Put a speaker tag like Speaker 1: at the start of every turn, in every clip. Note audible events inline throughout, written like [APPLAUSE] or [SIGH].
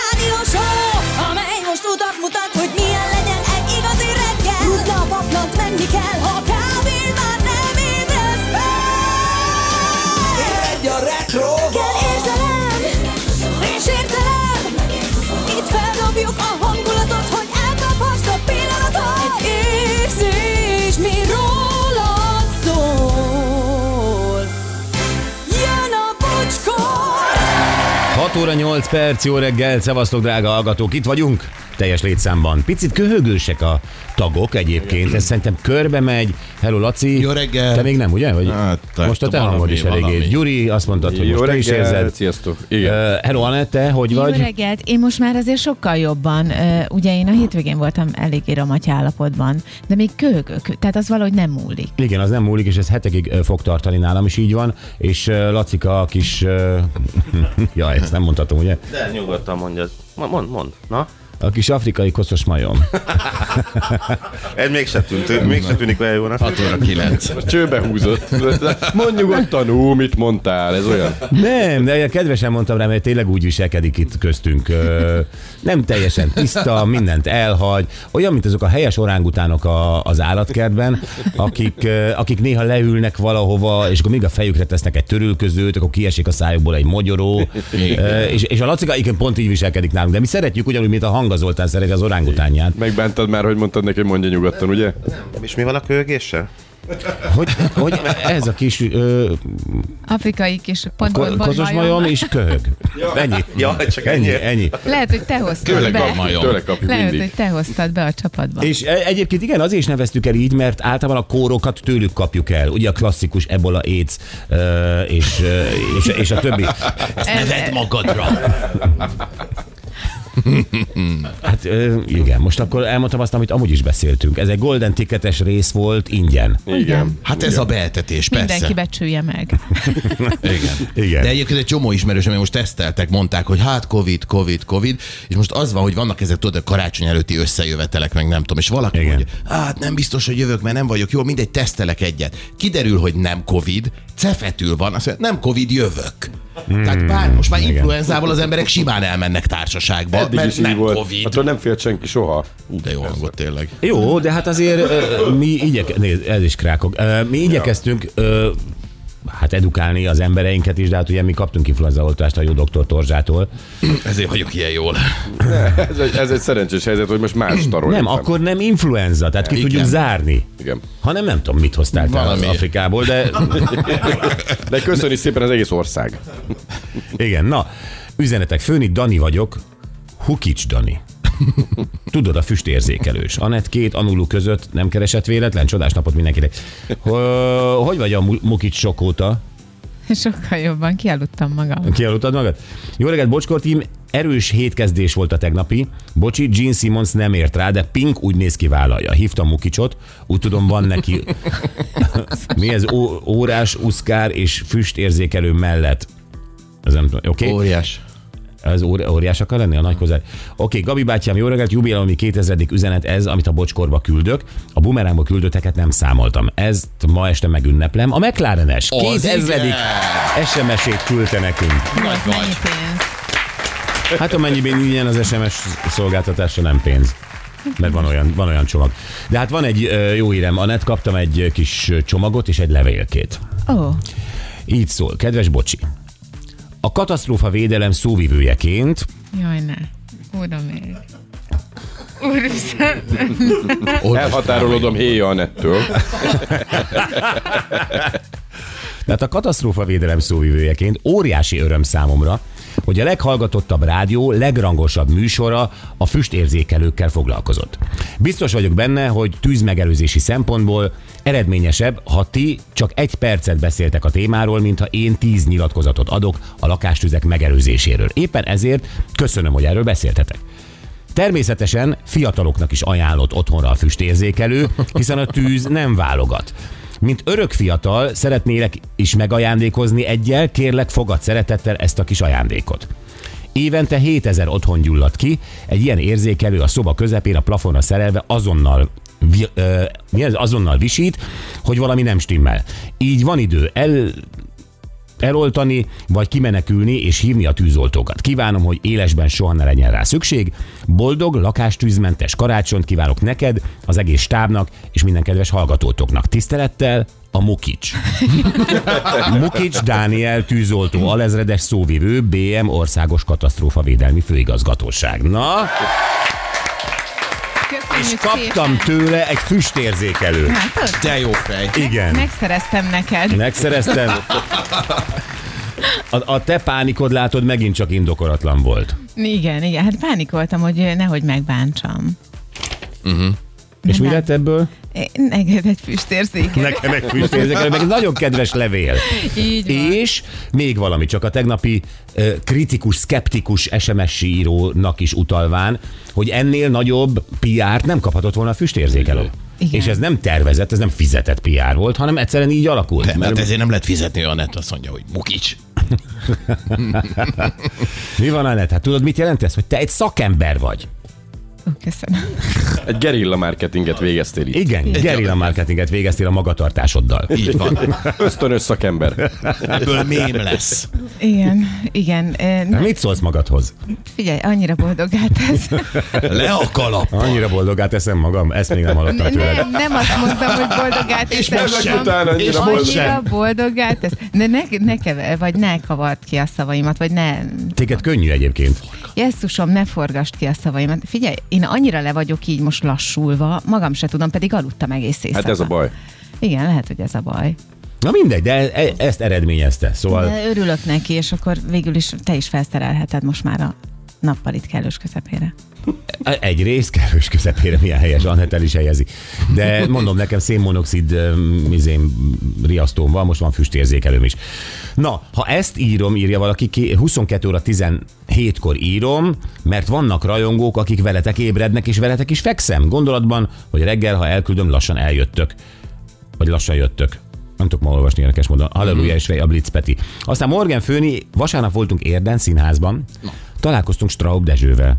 Speaker 1: rádió show, amely most utat mutat, hogy milyen legyen egy igazi reggel. Rutna a paplant, menni kell, ha kávén már nem ébresz fel.
Speaker 2: Egy a retro
Speaker 1: Kell érzelem, és értelem, itt feldobjuk a hangulatot, hogy elkaphast a pillanatot. Egy érzés, mi rólad szól. Jön a bocskor!
Speaker 3: 6 óra 8 perc, jó reggel, szevasztok drága hallgatók, itt vagyunk, teljes létszámban. Picit köhögősek a tagok egyébként, ez szerintem körbe megy. Hello Laci,
Speaker 4: Jó reggel.
Speaker 3: te még nem, ugye? Vagy
Speaker 4: Hát, te-
Speaker 3: most a te
Speaker 4: valami,
Speaker 3: hangod is eléggé.
Speaker 4: valami.
Speaker 3: Gyuri, azt mondtad, hogy most te is érzed.
Speaker 5: Sziasztok. Igen.
Speaker 3: Ö, Hello Anette, hogy
Speaker 6: Jó
Speaker 3: vagy?
Speaker 6: reggelt! Én most már azért sokkal jobban, ö, ugye én a hétvégén voltam eléggé romaty állapotban, de még köhögök, tehát az valahogy nem múlik.
Speaker 3: Igen, az nem múlik, és ez hetekig ö, fog tartani nálam, is így van. És ö, Lacika a kis... ö, [LAUGHS] ja, ezt nem mondhatom, ugye?
Speaker 7: De nyugodtan mondjad. Ma- Mond, mond. Na?
Speaker 3: A kis afrikai koszos majom.
Speaker 7: Ez mégsem tűnt, mégsem tűnik olyan jónak.
Speaker 4: 6 óra 9.
Speaker 5: Most csőbe húzott. Mondj nyugodtan, ú, mit mondtál, ez olyan.
Speaker 3: Nem, de ilyen kedvesen mondtam rá, mert tényleg úgy viselkedik itt köztünk. Ö, Nem teljesen tiszta, mindent elhagy. Olyan, mint azok a helyes orángutánok a, az állatkertben, akik, ö, akik néha leülnek valahova, és akkor még a fejükre tesznek egy törülközőt, akkor kiesik a szájukból egy magyaró. Ö, És, és a Lacika igen, pont így viselkedik nálunk, de mi szeretjük ugyanúgy, mint a Hanga Zoltán szereti az orángutánját.
Speaker 5: Megbántad már, hogy mondtad neki, mondja nyugodtan, ugye?
Speaker 7: És mi van a köhögéssel?
Speaker 3: Hogy, hogy ez a kis ö,
Speaker 6: Afrikai kis pont
Speaker 3: ko, kozos majom és köhög. Ennyi.
Speaker 7: Ja, csak
Speaker 3: Ennyi,
Speaker 7: ennyi.
Speaker 3: ennyi.
Speaker 6: Lehet, hogy te hoztad
Speaker 4: Tőle
Speaker 6: be.
Speaker 4: van majom.
Speaker 5: Tőle kapjuk
Speaker 6: Lehet,
Speaker 5: mindig.
Speaker 6: hogy te hoztad be a csapatba.
Speaker 3: És e- egyébként igen, azért is neveztük el így, mert általában a kórokat tőlük kapjuk el. Ugye a klasszikus ebola, AIDS ö, és, ö, és, és a többi.
Speaker 4: Nevet magadra.
Speaker 3: Hát ö, igen, most akkor elmondtam azt, amit amúgy is beszéltünk. Ez egy golden ticketes rész volt ingyen.
Speaker 5: Igen.
Speaker 4: Hát ez a beetetés,
Speaker 6: Mindenki
Speaker 4: persze.
Speaker 6: becsülje meg. [LAUGHS]
Speaker 4: Igen. De
Speaker 3: Igen. De
Speaker 4: egyébként egy csomó ismerősöm, mert most teszteltek, mondták, hogy hát Covid, Covid, Covid, és most az van, hogy vannak ezek, tudod, a karácsony előtti összejövetelek, meg nem tudom, és valaki
Speaker 3: Igen.
Speaker 4: Igen. mondja, hát nem biztos, hogy jövök, mert nem vagyok jól, mindegy, tesztelek egyet. Kiderül, hogy nem Covid, cefetül van, azt mondja, nem Covid, jövök. Hmm. Tehát bár most már influenzával az emberek simán elmennek társaságba,
Speaker 5: Eddig
Speaker 4: mert
Speaker 5: is így
Speaker 4: nem
Speaker 5: volt. Hát
Speaker 4: Covid.
Speaker 5: Attól nem félt senki soha.
Speaker 4: Ú, de jó hangot tényleg.
Speaker 3: jó, de hát azért ö, mi igyek... Nézd, ez is krákok. Ö, mi igyekeztünk ö, hát edukálni az embereinket is, de hát ugye mi kaptunk influenzaoltást a jó doktor Torzsától.
Speaker 4: Ezért vagyok ilyen jól.
Speaker 5: [LAUGHS] Ez egy, ez egy szerencsés helyzet, hogy most más tarol.
Speaker 3: Nem, akkor nem influenza, tehát ki
Speaker 4: Igen.
Speaker 3: tudjuk zárni.
Speaker 5: Igen.
Speaker 3: Hanem nem tudom, mit hoztál te
Speaker 4: Valami. [LAUGHS]
Speaker 3: Afrikából, de
Speaker 5: De köszöni szépen az egész ország.
Speaker 3: Igen, na, üzenetek főni, Dani vagyok, Hukics Dani. Tudod, a füstérzékelős. Anett két anulú között nem keresett véletlen, csodás napot mindenkinek. Ö, Hogy vagy a mu- Mukics sok óta?
Speaker 6: Sokkal jobban kialudtam magam.
Speaker 3: Kialudtad magad? Jó reggelt, Bocskor tím, erős hétkezdés volt a tegnapi. Bocsi, Gene Simmons nem ért rá, de Pink úgy néz ki vállalja. Hívtam Mukicsot, úgy tudom van
Speaker 4: [LAUGHS]
Speaker 3: neki... Mi ez? Ó- órás, uszkár és füstérzékelő mellett. Ez nem tudom, oké? Okay?
Speaker 4: Óriás.
Speaker 3: Ez óri- óriás akar lenni a nagy kozár? Oké, Gabi bátyám, jó reggelt, jubileumi 2000. üzenet ez, amit a bocskorba küldök. A bumerangba küldötteket nem számoltam. Ezt ma este megünneplem. A McLarenes
Speaker 4: Az
Speaker 3: 2000.
Speaker 4: igen!
Speaker 3: SMS-ét küldte nekünk.
Speaker 6: Az
Speaker 4: vagy.
Speaker 6: mennyi pénz?
Speaker 3: Hát amennyiben ilyen az SMS szolgáltatása nem pénz. Mert van olyan, van olyan csomag. De hát van egy ö, jó hírem, Anett, kaptam egy ö, kis ö, csomagot és egy levélkét.
Speaker 6: Ó,
Speaker 3: Így szól, kedves Bocsi. A katasztrófa védelem szóvivőjeként
Speaker 6: jaj ne. Uram ég. Úristen.
Speaker 5: Elhatárolódom héja a nettől.
Speaker 3: Tehát hát a katasztrófa védelem szóvivőjeként óriási öröm számomra, hogy a leghallgatottabb rádió legrangosabb műsora a füstérzékelőkkel foglalkozott. Biztos vagyok benne, hogy tűzmegelőzési szempontból eredményesebb, ha ti csak egy percet beszéltek a témáról, mint ha én tíz nyilatkozatot adok a lakástüzek megelőzéséről. Éppen ezért köszönöm, hogy erről beszéltetek. Természetesen fiataloknak is ajánlott otthonra a füstérzékelő, hiszen a tűz nem válogat. Mint örök fiatal szeretnélek is megajándékozni egyel, kérlek fogad szeretettel ezt a kis ajándékot. Évente 7000 otthon gyullad ki, egy ilyen érzékelő a szoba közepén a plafonra szerelve azonnal vi- ö, mi ez? azonnal visít, hogy valami nem stimmel. Így van idő el eloltani, vagy kimenekülni és hívni a tűzoltókat. Kívánom, hogy élesben soha ne legyen rá szükség. Boldog, lakástűzmentes karácsonyt kívánok neked, az egész stábnak és minden kedves hallgatótoknak. Tisztelettel, a Mukics. Mukics Dániel tűzoltó, alezredes szóvivő, BM Országos Katasztrófavédelmi Főigazgatóság. Na, és
Speaker 6: Köszönjük
Speaker 3: kaptam tőle egy füstérzékelőt.
Speaker 6: szépen.
Speaker 4: De jó fej.
Speaker 3: Igen.
Speaker 6: Megszereztem neked.
Speaker 3: Megszereztem. A, a te pánikod látod megint csak indokolatlan volt.
Speaker 6: Igen, igen. Hát pánikoltam, hogy nehogy megbántsam.
Speaker 3: És mi lett ebből?
Speaker 6: É, Neked egy füstérzéke.
Speaker 3: Nekem egy füstérzékelő, meg egy nagyon kedves levél.
Speaker 6: Így van.
Speaker 3: És még valami, csak a tegnapi ö, kritikus, skeptikus SMS írónak is utalván, hogy ennél nagyobb PR-t nem kaphatott volna a füstérzékelő.
Speaker 6: Igen.
Speaker 3: És ez nem tervezett, ez nem fizetett PR volt, hanem egyszerűen így alakult.
Speaker 4: Nem, hát ezért nem lehet fizetni, ha Anett azt mondja, hogy Mukics.
Speaker 3: Mi van, Anett? Hát tudod, mit jelent ez? Hogy te egy szakember vagy.
Speaker 6: Ó, Köszönöm.
Speaker 5: Egy gerilla marketinget végeztél itt.
Speaker 3: Igen, gerilla marketinget végeztél a magatartásoddal.
Speaker 4: Így van.
Speaker 5: Ösztönös szakember.
Speaker 4: Ebből mém lesz.
Speaker 6: Igen, igen. Ö,
Speaker 3: Na,
Speaker 6: Na,
Speaker 3: Mit szólsz magadhoz?
Speaker 6: figyelj, annyira boldoggá tesz.
Speaker 4: Le a kalap.
Speaker 3: Annyira boldogá teszem magam, ezt még nem hallottam tőled.
Speaker 6: Nem, nem azt mondtam, hogy boldoggá tesz.
Speaker 4: És most sem.
Speaker 5: Utána
Speaker 4: És
Speaker 5: annyira
Speaker 4: most
Speaker 5: boldog.
Speaker 4: sem.
Speaker 6: Annyira boldoggá tesz. De ne, ne kever, vagy ne kavard ki a szavaimat, vagy ne...
Speaker 3: Téged könnyű egyébként.
Speaker 6: Jesszusom, ne forgast ki a szavaimat. Figyelj, én annyira le vagyok így most lassulva, magam se tudom, pedig aludtam egész éjszaka.
Speaker 5: Hát ez a baj.
Speaker 6: Igen, lehet, hogy ez a baj.
Speaker 3: Na mindegy, de e- ezt eredményezte. Szóval
Speaker 6: De örülök neki, és akkor végül is te is felszerelheted most már a nappalit kellős közepére.
Speaker 3: e, egy rész kevős közepére milyen helyes, Anettel is helyezi. De mondom, nekem szénmonoxid öm, izém, riasztóm van, most van füstérzékelőm is. Na, ha ezt írom, írja valaki, ki- 22 óra 17-kor írom, mert vannak rajongók, akik veletek ébrednek, és veletek is fekszem. Gondolatban, hogy reggel, ha elküldöm, lassan eljöttök. vagy lassan jöttök. Nem tudok ma olvasni érdekes módon.
Speaker 4: Mhm.
Speaker 3: Halleluja és Rej, a Blitz Peti. Aztán Morgan Főni, vasárnap voltunk Érden színházban, találkoztunk Straub Dezsővel.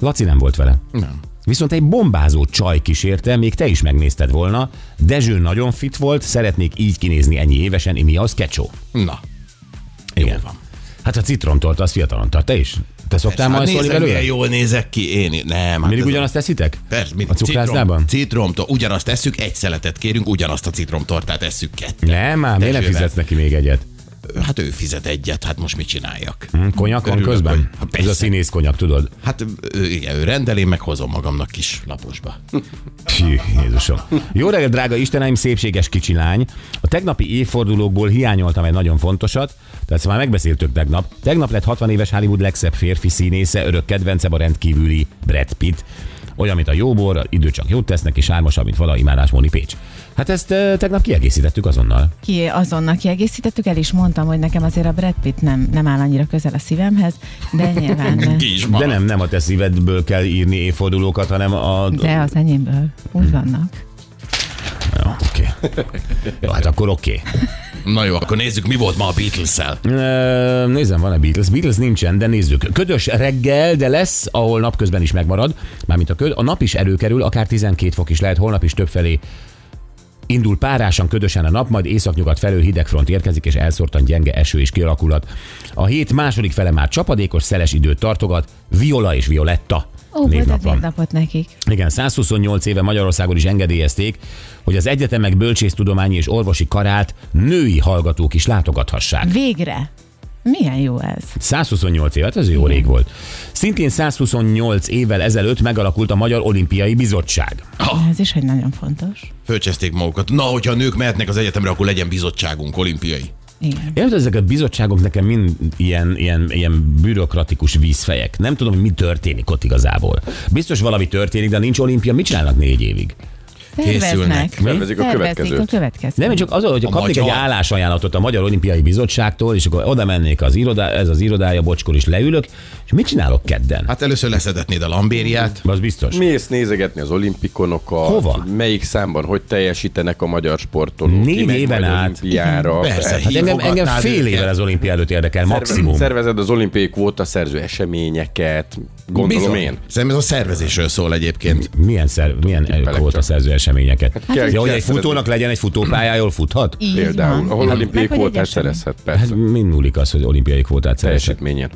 Speaker 3: Laci nem volt vele. Nem. Viszont egy bombázó csaj kísérte, még te is megnézted volna. Dezső nagyon fit volt, szeretnék így kinézni ennyi évesen, mi az kecsó.
Speaker 4: Na.
Speaker 3: Igen. Van. Hát a citromtól, az fiatalon tart. Te is? Te szoktál
Speaker 4: Hát
Speaker 3: majd
Speaker 4: nézd,
Speaker 3: szólni
Speaker 4: meg,
Speaker 3: belőle?
Speaker 4: milyen jól nézek ki. Én nem. Hát
Speaker 3: Mindig
Speaker 4: ez a-
Speaker 3: ugyanazt teszitek?
Speaker 4: Persze, mindig.
Speaker 3: A cukrászdában?
Speaker 4: Citrom, citromtól. Ugyanazt eszük, egy szeletet kérünk, ugyanazt a citromtortát eszük kettő.
Speaker 3: Nem, már miért nem
Speaker 4: Dezsővel.
Speaker 3: fizetsz neki még egyet?
Speaker 4: Hát ő fizet egyet, hát most mit csináljak?
Speaker 3: Hm, Konyakon
Speaker 4: Örülök, hogy-
Speaker 3: közben?
Speaker 4: Ha
Speaker 3: Ez a
Speaker 4: persze.
Speaker 3: színész konyak, tudod?
Speaker 4: Hát ő, igen, ő rendel, én meghozom magamnak kis laposba.
Speaker 3: Phi, Jézusom. Jó reggelt, drága Isteneim, szépséges kicsi lány. A tegnapi évfordulókból hiányoltam egy nagyon fontosat, tehát ezt már megbeszéltük tegnap. Tegnap lett 60 éves Hollywood legszebb férfi színésze, örök kedvencem a rendkívüli Brad Pitt. Olyan, mint a jóbor, a idő csak jót tesznek, és ármasabb, mint vala imádás Móni Pécs. Hát ezt ö, tegnap kiegészítettük azonnal.
Speaker 6: Ki azonnal kiegészítettük, el is mondtam, hogy nekem azért a Brad Pitt nem, nem áll annyira közel a szívemhez, de
Speaker 4: [LAUGHS]
Speaker 6: nyilván...
Speaker 4: Ki is
Speaker 3: De
Speaker 4: marad.
Speaker 3: nem, nem a te szívedből kell írni évfordulókat, hanem a...
Speaker 6: De az enyémből. Úgy vannak.
Speaker 3: Jó, Oké. Jó, hát akkor oké.
Speaker 4: Na jó, akkor nézzük, mi volt ma a Beatles-szel.
Speaker 3: Ö, Nézem, van-e Beatles? Beatles nincsen, de nézzük. Ködös reggel, de lesz, ahol napközben is megmarad, mármint a köd. A nap is előkerül, akár 12 fok is lehet, holnap is több felé Indul párásan, ködösen a nap, majd északnyugat felől hideg front érkezik, és elszórtan gyenge eső és kialakulat. A hét második fele már csapadékos, szeles időt tartogat, Viola és Violetta
Speaker 6: Ó, boldog
Speaker 3: névnap van.
Speaker 6: napot nekik.
Speaker 3: Igen, 128 éve Magyarországon is engedélyezték, hogy az egyetemek bölcsésztudományi és orvosi karát női hallgatók is látogathassák.
Speaker 6: Végre! Milyen jó ez.
Speaker 3: 128 évet, ez jó rég volt. Szintén 128 évvel ezelőtt megalakult a Magyar Olimpiai Bizottság.
Speaker 6: Ez is egy nagyon fontos.
Speaker 4: Fölcseszték magukat. Na, hogyha a nők mehetnek az egyetemre, akkor legyen bizottságunk olimpiai.
Speaker 6: Igen.
Speaker 3: Érted, ezek a bizottságok nekem mind ilyen, ilyen, ilyen bürokratikus vízfejek. Nem tudom, hogy mi történik ott igazából. Biztos valami történik, de nincs olimpia, mit csinálnak négy évig?
Speaker 4: Készülnek.
Speaker 6: Terveznek.
Speaker 5: Tervezik a
Speaker 6: Tervezik a
Speaker 5: következőt.
Speaker 6: következőt.
Speaker 3: Nem, én csak az, hogy
Speaker 4: A
Speaker 3: kapnék egy
Speaker 4: magyar-
Speaker 3: állásajánlatot a Magyar Olimpiai Bizottságtól, és akkor oda mennék az irodá, ez az irodája, bocskor is leülök, és mit csinálok kedden? Hát,
Speaker 4: Hát először leszedetnéd a lambériát.
Speaker 3: az biztos.
Speaker 5: Mész nézegetni az olimpikonokat.
Speaker 3: Hova?
Speaker 5: hogy Melyik számban, hogy teljesítenek a magyar sportolók.
Speaker 3: Négy
Speaker 5: ki megy
Speaker 3: éven
Speaker 5: majd
Speaker 3: át.
Speaker 5: Olimpiára.
Speaker 4: Persze,
Speaker 3: Hát engem, engem
Speaker 4: hívogatnád
Speaker 3: fél
Speaker 4: őket.
Speaker 3: évvel az olimpia előtt érdekel, maximum.
Speaker 5: Szervezed az olimpiai kvóta szerző eseményeket, gondolom
Speaker 4: Bizony.
Speaker 5: én.
Speaker 4: Szerintem ez a szervezésről szól egyébként.
Speaker 3: Milyen, szer, milyen
Speaker 5: Tippelek
Speaker 3: kvóta
Speaker 5: csak.
Speaker 3: szerző eseményeket.
Speaker 5: kell-
Speaker 3: Hát, ja,
Speaker 5: kell
Speaker 3: hogy egy
Speaker 5: szeretni.
Speaker 3: futónak legyen egy futópályá, jól futhat?
Speaker 6: Így
Speaker 5: Például,
Speaker 6: van.
Speaker 5: ahol
Speaker 6: Meg-
Speaker 5: olimpiai
Speaker 6: meg hogy
Speaker 5: kvótát
Speaker 6: egyesem.
Speaker 5: szerezhet,
Speaker 3: Hát
Speaker 5: persze.
Speaker 3: mind múlik az, hogy olimpiai kvótát szerezhet.
Speaker 5: Teljesítményen.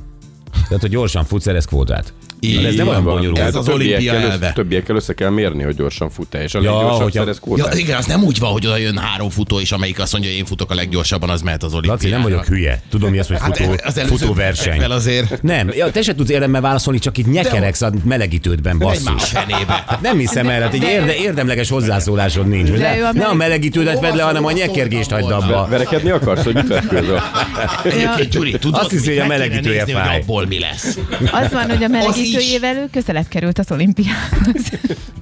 Speaker 3: Tehát, hogy gyorsan futsz, szerez kvótát. Na, de ez nem olyan
Speaker 5: van.
Speaker 3: bonyolult.
Speaker 5: Tehát
Speaker 4: Ez az
Speaker 5: a többiekkel
Speaker 4: olimpia
Speaker 5: össze-
Speaker 4: elve.
Speaker 5: Többiekkel össze kell mérni, hogy gyorsan fut-e, és a
Speaker 3: Ja,
Speaker 5: leggyorsabb
Speaker 3: hogyha-
Speaker 5: szerez
Speaker 4: Ja,
Speaker 5: kvótát.
Speaker 4: igen, az nem úgy van, hogy oda jön három futó, és amelyik azt mondja, én futok a leggyorsabban, az mehet az olimpiára.
Speaker 3: Laci, nem vagyok hülye. Tudom, mi az, hogy
Speaker 4: Hát
Speaker 3: futó,
Speaker 4: az előző
Speaker 3: futóverseny.
Speaker 4: percekben azért.
Speaker 3: Nem, ja, te se tudsz érdemben válaszolni, csak itt nyekeregsz a melegítődben,
Speaker 4: Megy már a
Speaker 3: basszus.
Speaker 4: fenébe.
Speaker 3: Hát nem hiszem el, hát egy érde, érdemleges hozzászólásod nincs.
Speaker 6: De ő
Speaker 3: Ne,
Speaker 6: a
Speaker 3: ne a
Speaker 6: meleg-
Speaker 3: melegítődet vedd le, hanem a nyekergést hagyd abba.
Speaker 5: Verekedni akarsz, hogy mit vetkőzöl?
Speaker 4: Egyébként, Gyuri, tudod,
Speaker 3: Azt hiszi,
Speaker 4: mit?
Speaker 3: hogy a
Speaker 4: Meg kéne
Speaker 3: melegítője
Speaker 4: nézni,
Speaker 3: fáj.
Speaker 4: Hogy abból mi lesz.
Speaker 6: Az van, hogy a melegítőjével ő közelebb került az olimpiához.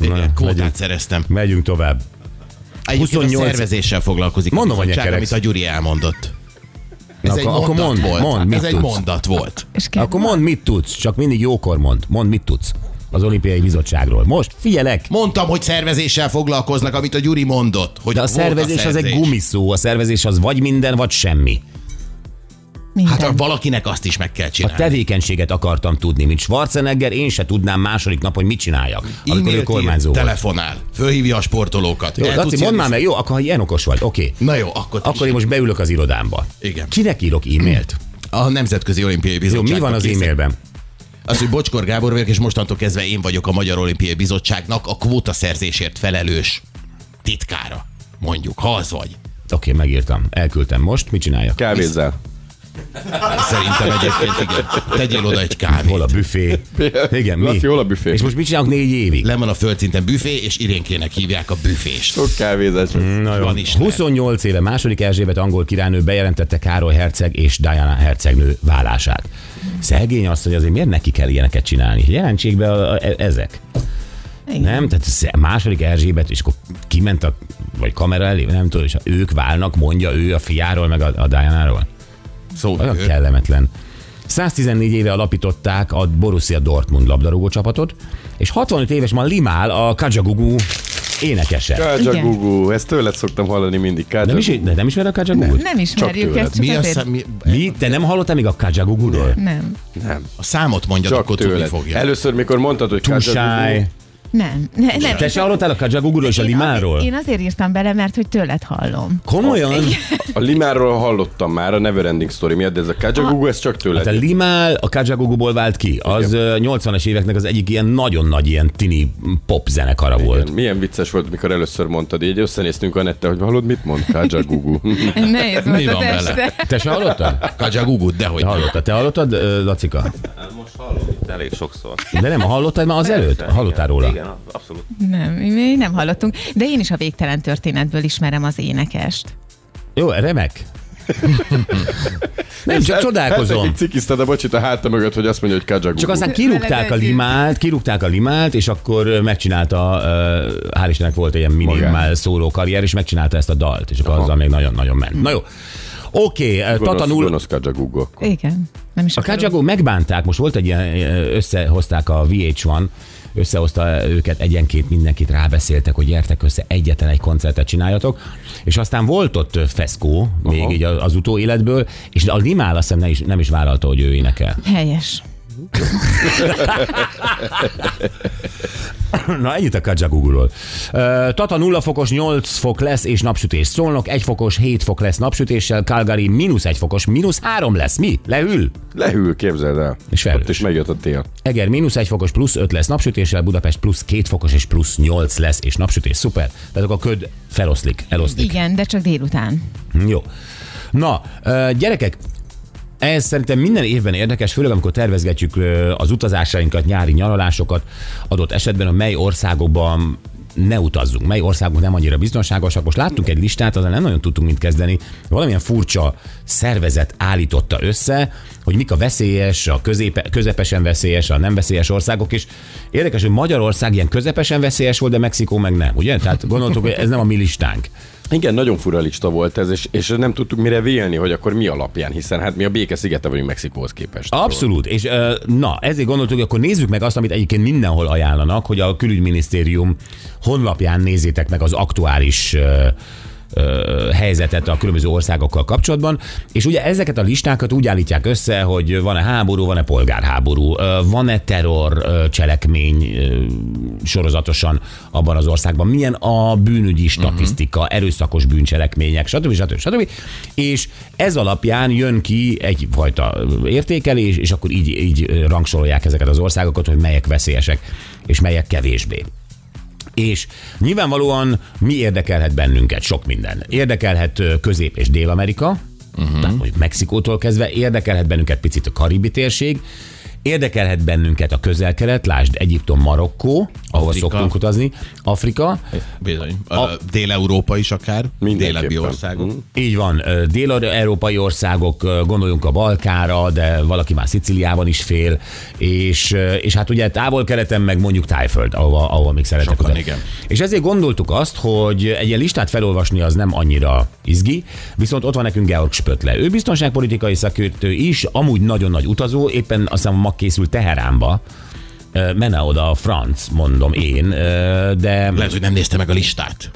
Speaker 4: Igen, Kvótát szereztem.
Speaker 3: Megyünk tovább.
Speaker 4: Egyébként
Speaker 3: 28
Speaker 4: a szervezéssel foglalkozik.
Speaker 3: Mondom,
Speaker 4: a
Speaker 3: hogy
Speaker 4: bizottság,
Speaker 3: nyekereksz.
Speaker 4: amit a Gyuri elmondott. Ez
Speaker 3: Na,
Speaker 4: egy
Speaker 3: akkor- akkor
Speaker 4: mondat
Speaker 3: mondd,
Speaker 4: volt.
Speaker 3: mondd, mit
Speaker 4: Ez egy
Speaker 3: tudsz?
Speaker 4: mondat volt.
Speaker 6: És kell-
Speaker 3: Akkor mondd, mit tudsz, csak mindig jókor mond. Mondd, mit tudsz az olimpiai bizottságról. Most figyelek!
Speaker 4: Mondtam, hogy szervezéssel foglalkoznak, amit a Gyuri mondott. Hogy
Speaker 3: De a
Speaker 4: volt
Speaker 3: szervezés az egy gumiszó, a szervezés az vagy minden, vagy semmi.
Speaker 6: Minden.
Speaker 4: Hát valakinek azt is meg kell
Speaker 3: A
Speaker 4: csinálni.
Speaker 3: tevékenységet akartam tudni, mint Schwarzenegger, én se tudnám második nap, hogy mit csináljak, amikor ő
Speaker 4: E-mailt ír,
Speaker 3: kormányzó volt.
Speaker 4: telefonál, fölhívja a sportolókat.
Speaker 3: Jó,
Speaker 4: El
Speaker 3: Laci,
Speaker 4: tudsz
Speaker 3: mondd már
Speaker 4: jönni?
Speaker 3: meg, jó, akkor ha ilyen okos vagy, oké.
Speaker 4: Na jó, akkor,
Speaker 3: Akkor én most beülök az irodámba.
Speaker 4: Igen.
Speaker 3: Kinek írok e-mailt?
Speaker 4: a Nemzetközi Olimpiai
Speaker 3: Jó,
Speaker 4: Bizottság.
Speaker 3: mi van az e-mailben?
Speaker 4: Az, hogy Bocskor Gábor vagyok, és mostantól kezdve én vagyok a Magyar Olimpiai Bizottságnak a kvótaszerzésért felelős titkára. Mondjuk, ha az vagy.
Speaker 3: Oké, megírtam. Elküldtem most, mit csináljak?
Speaker 5: Kávézzel.
Speaker 4: Szerintem egyébként igen. Tegyél oda egy
Speaker 3: Hol a
Speaker 4: kávét. [LAUGHS]
Speaker 3: büfé? Igen, mi?
Speaker 5: Laci, hol a büfé?
Speaker 3: És most mit csinálok négy évig?
Speaker 4: Le van a földszinten büfé, és irénkének hívják a büfést.
Speaker 5: Sok kávézás.
Speaker 3: Na jó.
Speaker 4: Van is lehet.
Speaker 3: 28 éve második Erzsébet angol királynő bejelentette Károly herceg és Diana hercegnő vállását. Szegény azt, hogy azért miért neki kell ilyeneket csinálni? Jelentsék be a, a, e- ezek.
Speaker 6: Igen.
Speaker 3: Nem? Tehát sz- második Erzsébet, és akkor kiment a vagy kamera elé, nem tudom, és ha ők válnak, mondja ő a fiáról, meg a, a Diana-ról.
Speaker 4: Szóval
Speaker 3: Olyan
Speaker 4: ő-
Speaker 3: kellemetlen. 114 éve alapították a Borussia Dortmund labdarúgó csapatot, és 65 éves ma Limál a Kajagugu énekese.
Speaker 5: Kádzsa
Speaker 6: Igen.
Speaker 5: gugu, ezt tőled szoktam hallani mindig. Kádzsa
Speaker 3: Nem is,
Speaker 5: gugu.
Speaker 3: de nem ismered a Kajagugut?
Speaker 6: Nem ismerjük
Speaker 5: tőled.
Speaker 6: ezt, csak
Speaker 4: mi a,
Speaker 6: azért...
Speaker 4: szám, mi,
Speaker 3: Mi? Te nem hallottál még a Kajaguguról?
Speaker 6: Nem,
Speaker 4: a számot mondja,
Speaker 5: Csak
Speaker 4: akkor tudni
Speaker 5: tőled.
Speaker 4: fogja.
Speaker 5: Először, mikor mondtad, hogy
Speaker 3: Too
Speaker 5: Kádzsa gugu,
Speaker 3: shy.
Speaker 6: nem. Ne, nem.
Speaker 3: Te se hallottál a Kajaguguról és a
Speaker 6: Én azért-
Speaker 3: Limáról?
Speaker 6: Én azért írtam bele, mert hogy tőled hallom.
Speaker 3: Komolyan?
Speaker 5: a Limáról hallottam már, a Neverending Story miatt, de ez a Kádzsa gugu, ez csak
Speaker 3: Hát a
Speaker 5: tőled.
Speaker 3: Limál a Kajaguguból vált ki. Az ö, 80-as éveknek az egyik ilyen nagyon nagy ilyen tini pop zenekara volt.
Speaker 5: Milyen vicces volt, mikor először mondtad, így összenéztünk a nette, hogy hallod, mit mond Kádzsa
Speaker 3: [LAUGHS]
Speaker 5: gugu.
Speaker 3: Hát,
Speaker 6: Nehéz volt
Speaker 4: Mi
Speaker 6: az
Speaker 4: van vele?
Speaker 6: este.
Speaker 3: Te se hallottad?
Speaker 4: Kajagugut, dehogy.
Speaker 3: Te hallottad, te hallottad, ö, Lacika?
Speaker 7: Hát Most hallom itt elég sokszor.
Speaker 3: De nem, hallottad már az előtt? Hallottál róla?
Speaker 7: Igen, abszolút.
Speaker 6: Nem, mi nem hallottunk. De én is a végtelen történetből ismerem az énekest.
Speaker 3: Jó, remek. nem, csak
Speaker 5: Hát,
Speaker 3: csodálkozom.
Speaker 5: egy cikizted a bocsit a háta mögött, hogy azt mondja, hogy Kádzsa gugu.
Speaker 3: Csak aztán kirúgták a limált, kirúgták a limált, és akkor ö, megcsinálta, ö, hál' Istennek volt egy ilyen minimál szóló karrier, és megcsinálta ezt a dalt, és akkor azzal még nagyon-nagyon ment. Na jó. Oké, okay,
Speaker 5: Gonosz,
Speaker 3: Tatanul,
Speaker 5: gonosz Kádzsa gugu. akkor.
Speaker 6: Igen. Nem is
Speaker 3: a
Speaker 6: akarom.
Speaker 3: Kajago megbánták, most volt egy ilyen, ö, összehozták a VH1, összehozta őket egyenként, mindenkit rábeszéltek, hogy gyertek össze, egyetlen egy koncertet csináljatok, és aztán volt ott ö, feszkó, még
Speaker 5: Aha.
Speaker 3: így az az utóéletből, és a Limál azt hiszem ne is, nem is vállalta, hogy ő énekel.
Speaker 6: Helyes.
Speaker 3: [COUGHS] Na ennyit a Kadzsaguguról. Ö, Tata 0 fokos, 8 fok lesz és napsütés. Szolnok 1 fokos, 7 fok lesz napsütéssel. Calgary mínusz 1 fokos, mínusz 3 lesz. Mi? Lehűl?
Speaker 5: Lehűl, képzeld el.
Speaker 3: És felhős.
Speaker 5: Ott is megjött a tél.
Speaker 3: Eger mínusz 1 fokos, plusz 5 lesz napsütéssel. Budapest plusz 2 fokos és plusz 8 lesz és napsütés. Szuper. Tehát akkor a köd feloszlik, eloszlik.
Speaker 6: Igen, de csak délután.
Speaker 3: Jó. Na, ö, gyerekek, ez szerintem minden évben érdekes, főleg amikor tervezgetjük ö, az utazásainkat, nyári nyaralásokat, adott esetben a mely országokban ne utazzunk, mely országok nem annyira biztonságosak. Most láttunk egy listát, azon nem nagyon tudtunk mit kezdeni. Valamilyen furcsa szervezet állította össze, hogy mik a veszélyes, a középe, közepesen veszélyes, a nem veszélyes országok, és érdekes, hogy Magyarország ilyen közepesen veszélyes volt, de Mexikó meg nem, ugye? Tehát gondoltuk, hogy ez nem a mi listánk.
Speaker 5: Igen, nagyon fura lista volt ez, és, és nem tudtuk mire vélni, hogy akkor mi alapján, hiszen hát mi a béke szigete vagyunk Mexikóhoz képest.
Speaker 3: Abszolút, és ö, na, ezért gondoltuk, hogy akkor nézzük meg azt, amit egyébként mindenhol ajánlanak, hogy a külügyminisztérium honlapján nézzétek meg az aktuális ö, ö, helyzetet a különböző országokkal kapcsolatban, és ugye ezeket a listákat úgy állítják össze, hogy van-e háború, van-e polgárháború, ö, van-e terror ö, cselekmény ö, sorozatosan abban az országban, milyen a bűnügyi statisztika, erőszakos bűncselekmények, stb. stb. stb. És ez alapján jön ki egyfajta értékelés, és akkor így, így ö, rangsorolják ezeket az országokat, hogy melyek veszélyesek, és melyek kevésbé. És nyilvánvalóan mi érdekelhet bennünket? Sok minden. Érdekelhet ö, Közép- és Dél-Amerika, uh-huh. tehát mondjuk Mexikótól kezdve, érdekelhet bennünket picit a Karibi térség, érdekelhet bennünket a közel-kelet, lásd Egyiptom, Marokkó, ahova
Speaker 4: Afrika.
Speaker 3: szoktunk utazni, Afrika,
Speaker 4: Bizony. A Dél-Európa is akár,
Speaker 5: Mindenképpen.
Speaker 4: délebbi országok.
Speaker 3: így van, ö, dél-európai országok, ö, gondoljunk a Balkára, de valaki már Sziciliában is fél, és, ö, és hát ugye távol-keleten meg mondjuk Tájföld, ahova, ahova még szeretek
Speaker 4: Sokan,
Speaker 3: utazni.
Speaker 4: igen.
Speaker 3: És ezért gondoltuk azt, hogy egy ilyen listát felolvasni az nem annyira izgi, viszont ott van nekünk Georg Spötle. Ő biztonságpolitikai szakértő is, amúgy nagyon nagy utazó, éppen azt hiszem ma készül Teheránba, Ö, menne oda a franc, mondom én, ö, de...
Speaker 4: Lehet, hogy nem nézte meg a listát.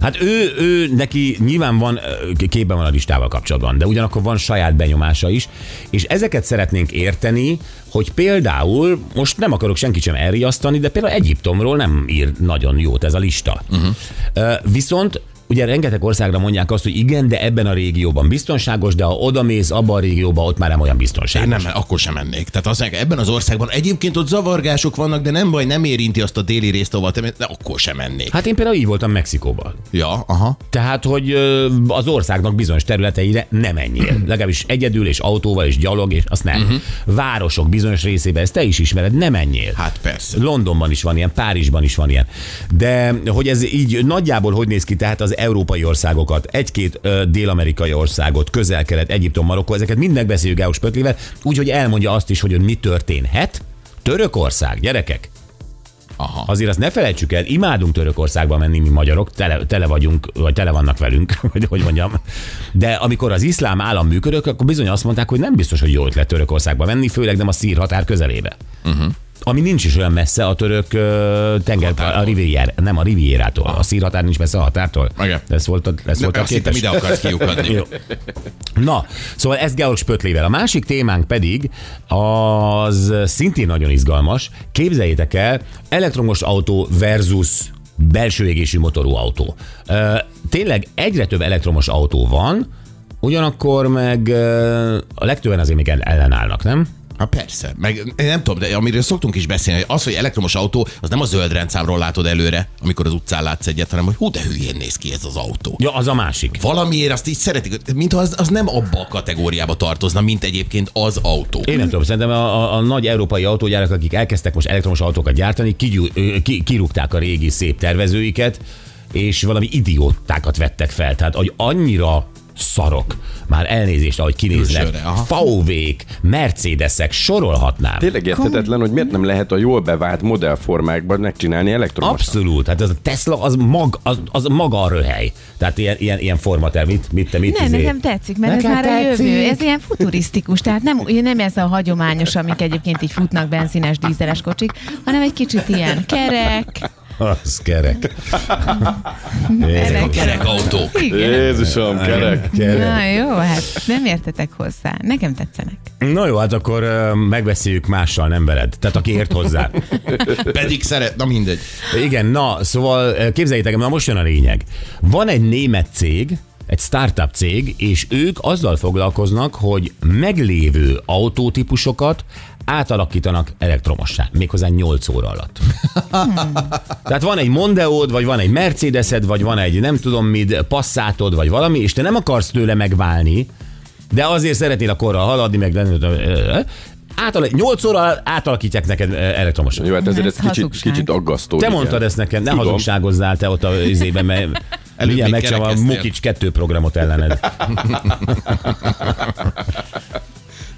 Speaker 3: Hát ő, ő neki nyilván van, ö, képben van a listával kapcsolatban, de ugyanakkor van saját benyomása is, és ezeket szeretnénk érteni, hogy például, most nem akarok senkit sem elriasztani, de például Egyiptomról nem ír nagyon jót ez a lista. Uh-huh. Viszont Ugye rengeteg országra mondják azt, hogy igen, de ebben a régióban biztonságos, de ha odamész abba a régióba, ott már nem olyan biztonságos.
Speaker 4: Én nem, akkor sem mennék. Tehát azt mondják, ebben az országban egyébként ott zavargások vannak, de nem baj, nem érinti azt a déli részt, ahol te menj, de akkor sem mennék.
Speaker 3: Hát én például így voltam Mexikóban.
Speaker 4: Ja, aha.
Speaker 3: Tehát, hogy ö, az országnak bizonyos területeire nem ennyi. Legalábbis egyedül és autóval és gyalog, és azt nem. Uh-huh. Városok bizonyos részébe, ezt te is ismered, nem ennyi.
Speaker 4: Hát persze.
Speaker 3: Londonban is van ilyen, Párizsban is van ilyen. De hogy ez így nagyjából hogy néz ki, tehát az európai országokat, egy-két ö, dél-amerikai országot, közel-kelet, Egyiptom, Marokkó, ezeket mind megbeszéljük Gáus Pötlivel, úgyhogy elmondja azt is, hogy ott mi történhet. Törökország, gyerekek!
Speaker 4: Aha.
Speaker 3: Azért azt ne felejtsük el, imádunk Törökországba menni, mi magyarok, tele, tele vagyunk, vagy tele vannak velünk, [LAUGHS] vagy hogy mondjam. De amikor az iszlám állam működött, akkor bizony azt mondták, hogy nem biztos, hogy jó ötlet Törökországba menni, főleg nem a szír határ közelébe. Uh-huh.
Speaker 4: Mhm.
Speaker 3: Ami nincs is olyan messze a török ö, tenger, a riviér, nem a rivierától. A szír határ nincs messze a határtól.
Speaker 4: Igen.
Speaker 3: Ez volt a, ez
Speaker 4: Nem,
Speaker 3: volt a
Speaker 4: azt hittem,
Speaker 3: kétes.
Speaker 4: ide akarsz kiukadni.
Speaker 3: [LAUGHS] Jó. Na, szóval ez Georg Spötlével. A másik témánk pedig az szintén nagyon izgalmas. Képzeljétek el, elektromos autó versus belső égésű motorú autó. Ö, tényleg egyre több elektromos autó van, ugyanakkor meg ö, a legtöbben azért még el- ellenállnak, nem?
Speaker 4: Hát persze. Meg én nem tudom, de amiről szoktunk is beszélni, hogy az, hogy elektromos autó, az nem a zöld rendszámról látod előre, amikor az utcán látsz egyet, hanem hogy hú, de hülyén néz ki ez az autó.
Speaker 3: Ja, az a másik.
Speaker 4: Valamiért azt így szeretik, mintha az, az nem abba a kategóriába tartozna, mint egyébként az autó.
Speaker 3: Én nem tudom, szerintem a, a, a nagy európai autógyárak, akik elkezdtek most elektromos autókat gyártani, kigyú, ö, ki, kirúgták a régi szép tervezőiket, és valami idiótákat vettek fel. Tehát, hogy annyira szarok, már elnézést, ahogy kinéznek,
Speaker 4: Külsőre, aha.
Speaker 3: VW-k, Mercedesek, sorolhatnám.
Speaker 5: Tényleg érthetetlen, hogy miért nem lehet a jól bevált modellformákban megcsinálni elektromos.
Speaker 3: Abszolút, hát ez a Tesla az, mag, az, az maga a röhely. Tehát ilyen, ilyen, ilyen formaterv, mit, mit te, mit
Speaker 6: Nem,
Speaker 3: izé.
Speaker 6: nekem tetszik, mert
Speaker 3: Nekem
Speaker 6: ez már a jövő.
Speaker 3: tetszik.
Speaker 6: Ez ilyen futurisztikus, tehát nem, nem ez a hagyományos, amik egyébként így futnak benzines, dízeles kocsik, hanem egy kicsit ilyen kerek.
Speaker 3: Az kerek.
Speaker 6: Ezek
Speaker 4: A kerekautók.
Speaker 6: Igen.
Speaker 5: Jézusom, kerek.
Speaker 6: Na jó, hát nem értetek hozzá. Nekem tetszenek.
Speaker 3: Na jó, hát akkor ö, megbeszéljük mással, nem veled. Tehát aki ért hozzá.
Speaker 4: Pedig szeret, na mindegy.
Speaker 3: Igen, na, szóval eh, képzeljétek, el, na most jön a lényeg. Van egy német cég, egy startup cég, és ők azzal foglalkoznak, hogy meglévő autótípusokat átalakítanak elektromossá, méghozzá 8 óra alatt. Tehát van egy Mondeod, vagy van egy Mercedesed, vagy van egy nem tudom mit, Passatod, vagy valami, és te nem akarsz tőle megválni, de azért szeretnél a korral haladni, meg átalak, 8 óra alatt átalakítják neked eh, elektromosan.
Speaker 5: Jó, hát ezért ez
Speaker 6: Ez
Speaker 5: kicsit,
Speaker 6: hazugság.
Speaker 5: kicsit aggasztó.
Speaker 3: Te
Speaker 5: igen.
Speaker 3: mondtad ezt nekem, ne
Speaker 5: Tudom.
Speaker 3: hazugságozzál te ott a izében, mert mindjárt
Speaker 4: még
Speaker 3: megcsavar a
Speaker 4: kerekeztél.
Speaker 3: Mukics 2 programot ellened.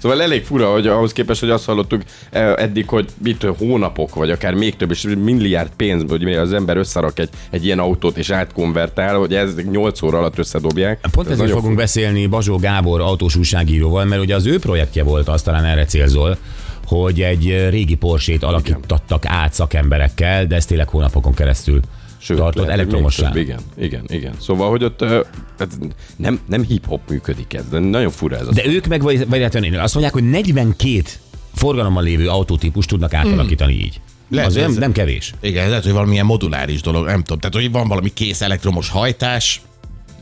Speaker 5: Szóval elég fura, hogy ahhoz képest, hogy azt hallottuk eh, eddig, hogy mit hónapok, vagy akár még több, és milliárd pénzből, hogy mire az ember összerak egy, egy ilyen autót és átkonvertál, hogy ez 8 óra alatt összedobják.
Speaker 3: Pont
Speaker 5: Ez
Speaker 3: ezért
Speaker 5: nagyon
Speaker 3: fogunk beszélni Bazsó Gábor autós újságíróval, mert ugye az ő projektje volt, azt talán erre célzol, hogy egy régi porsét alakítattak át szakemberekkel, de ez tényleg hónapokon keresztül
Speaker 5: Sőt,
Speaker 3: tartott
Speaker 5: lehet, hogy még
Speaker 3: elektromossá.
Speaker 5: több. Igen, igen, igen. Szóval, hogy ott ö, hát nem, nem hip-hop működik ez, de nagyon fura ez a
Speaker 3: De ők meg, vagy, vagy lehet, hogy azt mondják, hogy 42 forgalomban lévő autótípus tudnak átalakítani
Speaker 5: Hmm.
Speaker 3: így.
Speaker 4: Lehet,
Speaker 3: az nem,
Speaker 4: ez-
Speaker 3: nem kevés.
Speaker 4: Igen, lehet, hogy valamilyen moduláris dolog, nem tudom. Tehát, hogy van valami kész elektromos hajtás,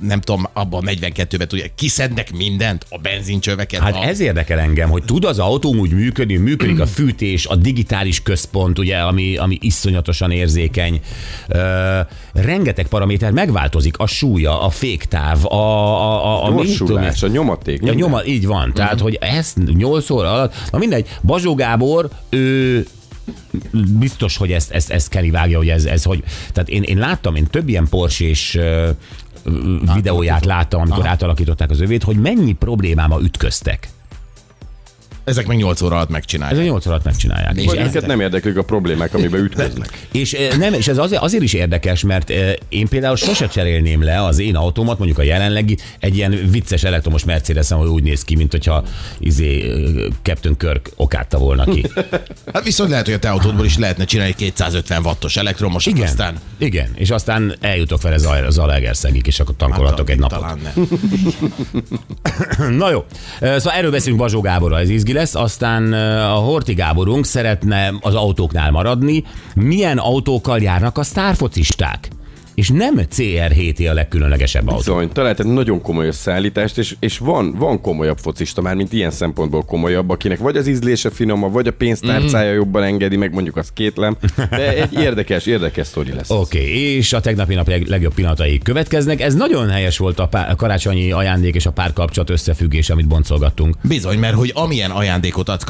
Speaker 4: nem tudom, abban a 42-ben tudják, kiszednek mindent, a benzincsöveket.
Speaker 3: Hát
Speaker 4: a...
Speaker 3: ez érdekel engem, hogy tud az autóm úgy működni, működik a fűtés, a digitális központ, ugye, ami, ami iszonyatosan érzékeny. Ö, rengeteg paraméter megváltozik, a súlya, a féktáv, a, a, a, a mit tudom én.
Speaker 5: gyorsulás, a nyomaték.
Speaker 3: Ja,
Speaker 5: minden.
Speaker 3: nyoma, így van. Tehát, hogy ezt 8 óra alatt, na mindegy, Bazsó Gábor, ő biztos, hogy ezt, ezt, ezt Kelly vágja, hogy ez, ez hogy... Tehát én, én láttam, én több ilyen Porsche és ö, ö, videóját láttam, amikor átalakították az övét, hogy mennyi problémába ütköztek.
Speaker 4: Ezek meg 8 óra alatt
Speaker 3: Ez a
Speaker 4: megcsinálják.
Speaker 3: 8 alatt megcsinálják. És,
Speaker 5: Vagy őket nem érdeklik a problémák, amiben ütköznek.
Speaker 3: és, ö, nem, és ez azért, azért is érdekes, mert ö, én például sose cserélném le az én autómat, mondjuk a jelenlegi, egy ilyen vicces elektromos mercedes ami úgy néz ki, mint hogyha izé, ö, Captain Kirk okátta volna ki.
Speaker 4: Hát viszont lehet, hogy a te autódból is lehetne csinálni 250 wattos elektromos,
Speaker 3: Igen.
Speaker 4: aztán
Speaker 3: Igen, és aztán eljutok fel az Zalaegerszegig, és akkor tankolhatok egy napot.
Speaker 4: talán nem.
Speaker 3: Na jó, Ö, szóval erről beszélünk Bazsó Gáborral, ez izgi lesz, aztán ö, a Horti Gáborunk szeretne az autóknál maradni. Milyen autókkal járnak a sztárfocisták? És nem CR7 a legkülönlegesebb autó.
Speaker 5: Bizony, talált egy Szóval, nagyon komoly összeállítást, és, és van, van komolyabb focista már, mint ilyen szempontból komolyabb, akinek vagy az ízlése finoma, vagy a pénztárcája jobban engedi, meg mondjuk az kétlem, de egy érdekes, érdekes sztori lesz.
Speaker 3: Oké, okay, és a tegnapi nap leg- legjobb pillanatai következnek. Ez nagyon helyes volt a, pá- a karácsonyi ajándék és a párkapcsolat összefüggés, amit boncolgattunk.
Speaker 4: Bizony, mert hogy amilyen ajándékot adsz